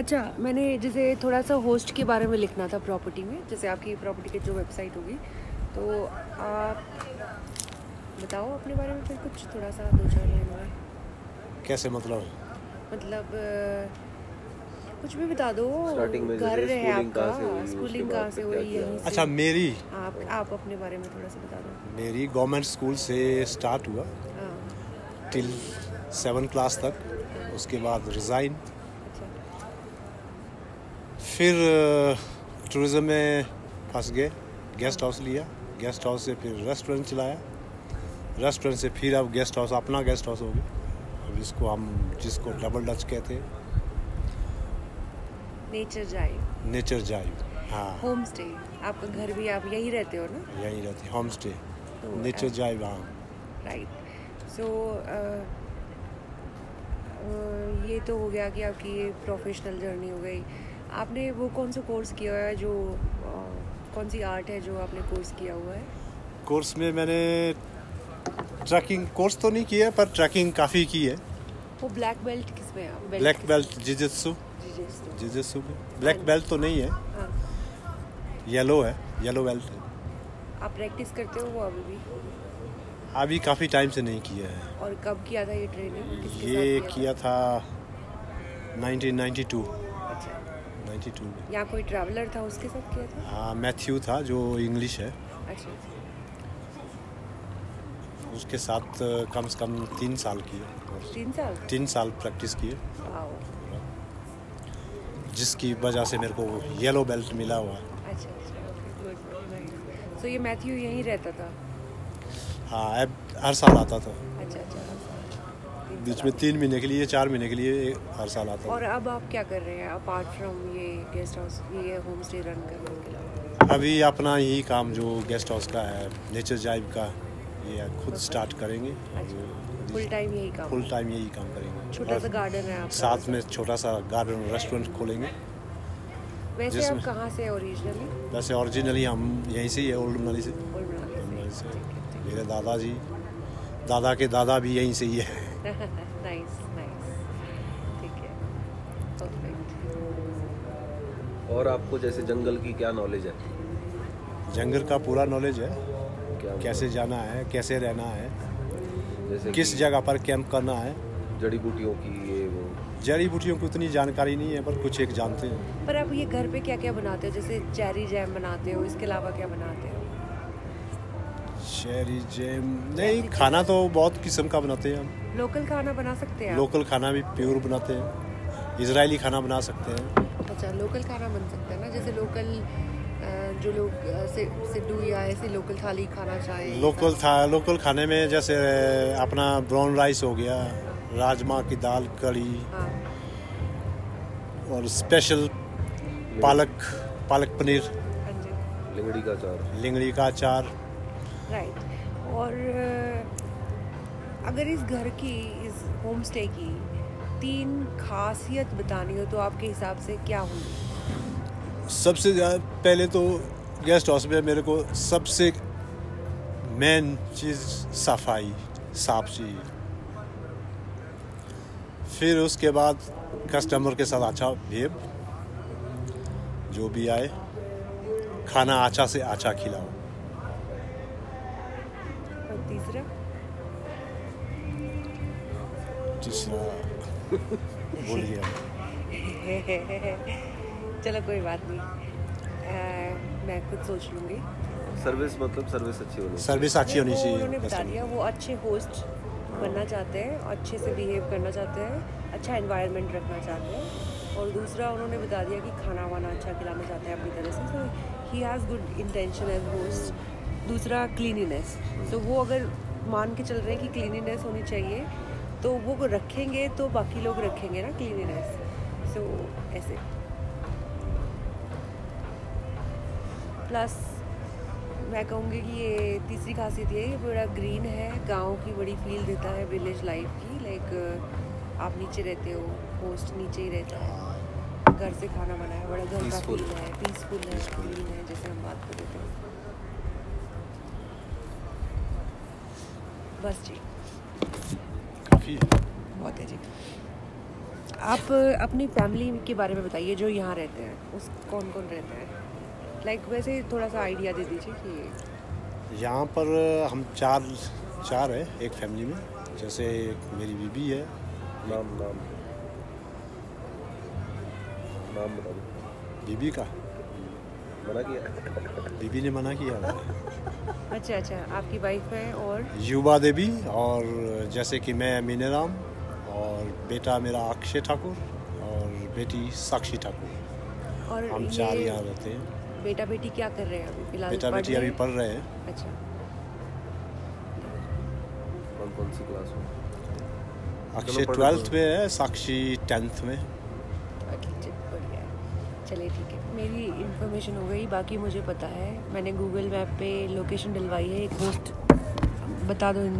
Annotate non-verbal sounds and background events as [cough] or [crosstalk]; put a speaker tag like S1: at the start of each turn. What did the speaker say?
S1: अच्छा मैंने जैसे थोड़ा सा होस्ट के बारे में लिखना था प्रॉपर्टी में जैसे आपकी प्रॉपर्टी की जो वेबसाइट होगी तो आप बताओ अपने बारे में फिर कुछ थोड़ा सा दो चार लाइन में
S2: कैसे मतलब
S1: मतलब अ, कुछ भी बता दो
S3: Starting में
S1: घर
S3: जैसे
S1: है
S3: schooling
S1: आपका
S3: कहाँ से हुई, उसके
S1: स्कूलिंग
S3: बाद
S1: कहाँ से
S3: फिर
S1: हुई
S3: क्या किया?
S1: यहीं से
S2: अच्छा मेरी
S1: आप आप अपने बारे में थोड़ा सा बता दो
S2: मेरी गवर्नमेंट स्कूल से स्टार्ट हुआ
S1: हाँ
S2: टिल सेवन क्लास तक उसके बाद रिज़ाइन
S1: अच्छा
S2: फिर टूरिज़म में फंस गए गेस्ट हाउस लिया गेस्ट हाउस से फिर रेस्टोरेंट चलाया रेस्टोरेंट से फिर अब गेस्ट हाउस अपना गेस्ट हाउस हो गया अब इसको हम जिसको डबल डच कहते हैं
S1: नेचर जाए
S2: नेचर जाइव हाँ
S1: होम स्टे आपका घर भी आप यहीं रहते हो ना
S2: यहीं रहते होम स्टे
S1: तो,
S2: नेचर
S1: uh,
S2: जाइव हाँ
S1: राइट सो uh, ये तो हो गया कि आपकी ये प्रोफेशनल जर्नी हो गई आपने वो कौन सा कोर्स किया हुआ है जो uh, कौन सी आर्ट है जो आपने कोर्स किया हुआ है
S2: कोर्स में मैंने ट्रैकिंग कोर्स तो नहीं किया पर ट्रैकिंग काफ़ी की है
S1: वो ब्लैक बेल्ट किस में आप
S2: ब्लैक बेल्ट जिजित्सु जिजित्सु में ब्लैक बेल्ट तो नहीं है
S1: तो। हाँ
S2: येलो है येलो बेल्ट है
S1: आप प्रैक्टिस करते हो वो अभी भी
S2: अभी काफ़ी टाइम से नहीं किया है
S1: और कब किया था ये ट्रेनिंग किसके
S2: ये
S1: साथ
S2: किया था 1992
S1: था? अच्छा
S2: 92 में
S1: यहाँ कोई ट्रैवलर था उसके साथ किया था
S2: हाँ मैथ्यू था जो इंग्लिश है
S1: अच्छा अच्छा
S2: उसके साथ अ, कम से कम तीन साल किए और
S1: तीन साल
S2: तीन साल प्रैक्टिस किए
S1: वाओ
S2: जिसकी वजह से मेरे को येलो बेल्ट मिला हुआ है
S1: अच्छा अच्छा गुड सो ये मैथ्यू यहीं रहता था
S2: हाँ अब हर साल आता था
S1: अच्छा अच्छा तीन
S2: बीच
S1: साल।
S2: में तीन महीने के लिए चार महीने के लिए हर साल आता
S1: और अब आप क्या कर रहे हैं अपार्ट फ्रॉम ये गेस्ट हाउस ये होम स्टे रन करने के अलावा
S2: था अभी अपना ही काम जो गेस्ट हाउस का है नेचर जाइव का ये खुद स्टार्ट करेंगे
S1: फुल टाइम यही काम
S2: फुल टाइम यही काम करेंगे
S1: अच्छा। छोटा सा
S2: और
S1: गार्डन है आपका
S2: साथ में छोटा सा गार्डन रेस्टोरेंट खोलेंगे
S1: वैसे आप
S2: जिसमें-
S1: कहाँ से ओरिजिनली
S2: वैसे ओरिजिनली हम यहीं से ही है ओल्ड मनाली से मनाली से मेरे दादाजी दादा के दादा भी यहीं से ही है
S1: [laughs] नाइस नाइस ठीक है परफेक्ट
S3: और आपको जैसे जंगल की क्या नॉलेज है
S2: जंगल का पूरा नॉलेज है
S3: क्या
S2: कैसे जाना है कैसे रहना है
S3: जैसे
S2: किस
S3: कि
S2: जगह पर कैंप करना है
S3: जड़ी बूटियों की ये वो
S2: जड़ी बूटियों की उतनी जानकारी नहीं है पर कुछ एक जानते हैं
S1: पर आप ये घर पे क्या क्या बनाते हो जैसे चेरी जैम बनाते हो इसके अलावा क्या बनाते हो
S2: शहरी जैम नहीं खाना तो बहुत किस्म का बनाते हैं हम
S1: लोकल खाना बना सकते हैं आप?
S2: लोकल खाना भी प्योर बनाते हैं इजरायली खाना बना सकते हैं
S1: अच्छा लोकल खाना बन सकता है ना जैसे लोकल अ, जो लोग अ, सि- सिड्डू या ऐसे लोकल थाली खाना चाहे
S2: लोकल था लोकल खाने में जैसे अपना ब्राउन राइस हो गया राजमा की दाल कड़ी
S1: हाँ
S2: और स्पेशल पालक पालक पनीर
S1: हाँ जी
S3: लंगड़ी का चार
S2: लिंगड़ी का अचार
S1: राइट और अ, अगर इस घर की इस होम स्टे की तीन खासियत बतानी हो तो आपके हिसाब से क्या होंगी
S2: सबसे ज़्यादा पहले तो गेस्ट हाउस में मेरे को सबसे मेन चीज़ सफाई साफ चाहिए फिर उसके बाद कस्टमर के साथ अच्छा बिहेव जो भी आए खाना अच्छा से अच्छा खिलाओ
S1: और तीसरा
S2: तीसरा [laughs] बोल गया
S1: चलो कोई बात नहीं अ, मैं खुद सोच लूँगी
S3: सर्विस मतलब सर्विस अच्छी होनी चाहिए।
S2: सर्विस अच्छी होनी
S1: वो
S2: चाहिए
S1: उन्होंने बता
S2: customer
S1: दिया वो अच्छे होस्ट बनना चाहते हैं अच्छे से बिहेव करना चाहते हैं अच्छा एनवायरनमेंट रखना चाहते हैं और दूसरा उन्होंने बता दिया कि खाना वाना अच्छा खिलाना चाहते हैं अपनी तरह से so he has good intention as host दूसरा क्लीनीनेस तो वो अगर मान के चल रहे हैं कि क्लीनीनेस होनी चाहिए तो वो को रखेंगे तो बाकी लोग रखेंगे ना क्लीनीनेस सो ऐसे प्लस मैं कहूँगी कि ये तीसरी खासियत ये है ये बड़ा ग्रीन है गांव की बड़ी फील देता है विलेज लाइफ की लाइक आप नीचे रहते हो होस्ट नीचे ही रहता
S2: हाँ,
S1: है घर से खाना बना है बड़ा घर का
S3: Peaceful.
S1: फील है पीसफुल है ग्रीन है जैसे हम बात कर रहे थे बस जी
S2: काफी है।
S1: बहुत है जी आप अपनी फैमिली के बारे में बताइए जो यहाँ रहते हैं उस कौन कौन रहते हैं लाइक like, वैसे थोड़ा सा आइडिया दे दीजिए कि
S2: यहाँ पर हम चार चार है एक फैमिली में जैसे एक मेरी बीबी है
S3: नाम नाम नाम बता दो
S2: बीबी का
S3: मना किया [laughs]
S2: बीबी ने मना किया है।
S1: अच्छा अच्छा आपकी वाइफ है और
S2: युवा देवी और जैसे कि मैं मीनाराम और बेटा मेरा अक्षय ठाकुर और बेटी साक्षी ठाकुर
S1: और
S2: हम चार
S1: ये
S2: यहाँ रहते हैं
S1: बेटा बेटी क्या कर रहे हैं अभी फिलहाल
S2: बेटा
S1: पढ़
S2: बेटी
S1: रहे
S2: अभी
S1: हैं?
S2: पढ़ रहे हैं
S1: अच्छा
S3: कौन कौन सी क्लास में
S2: अक्षय
S3: पढ़ रहे
S2: ट्वेल्थ
S3: हो।
S2: में है साक्षी टेंथ में
S1: अच्छा, बढ़िया है। चलिए ठीक है मेरी इन्फॉर्मेशन हो गई बाकी मुझे पता है मैंने गूगल मैप पे लोकेशन डलवाई है एक दोस्त बता दो इनको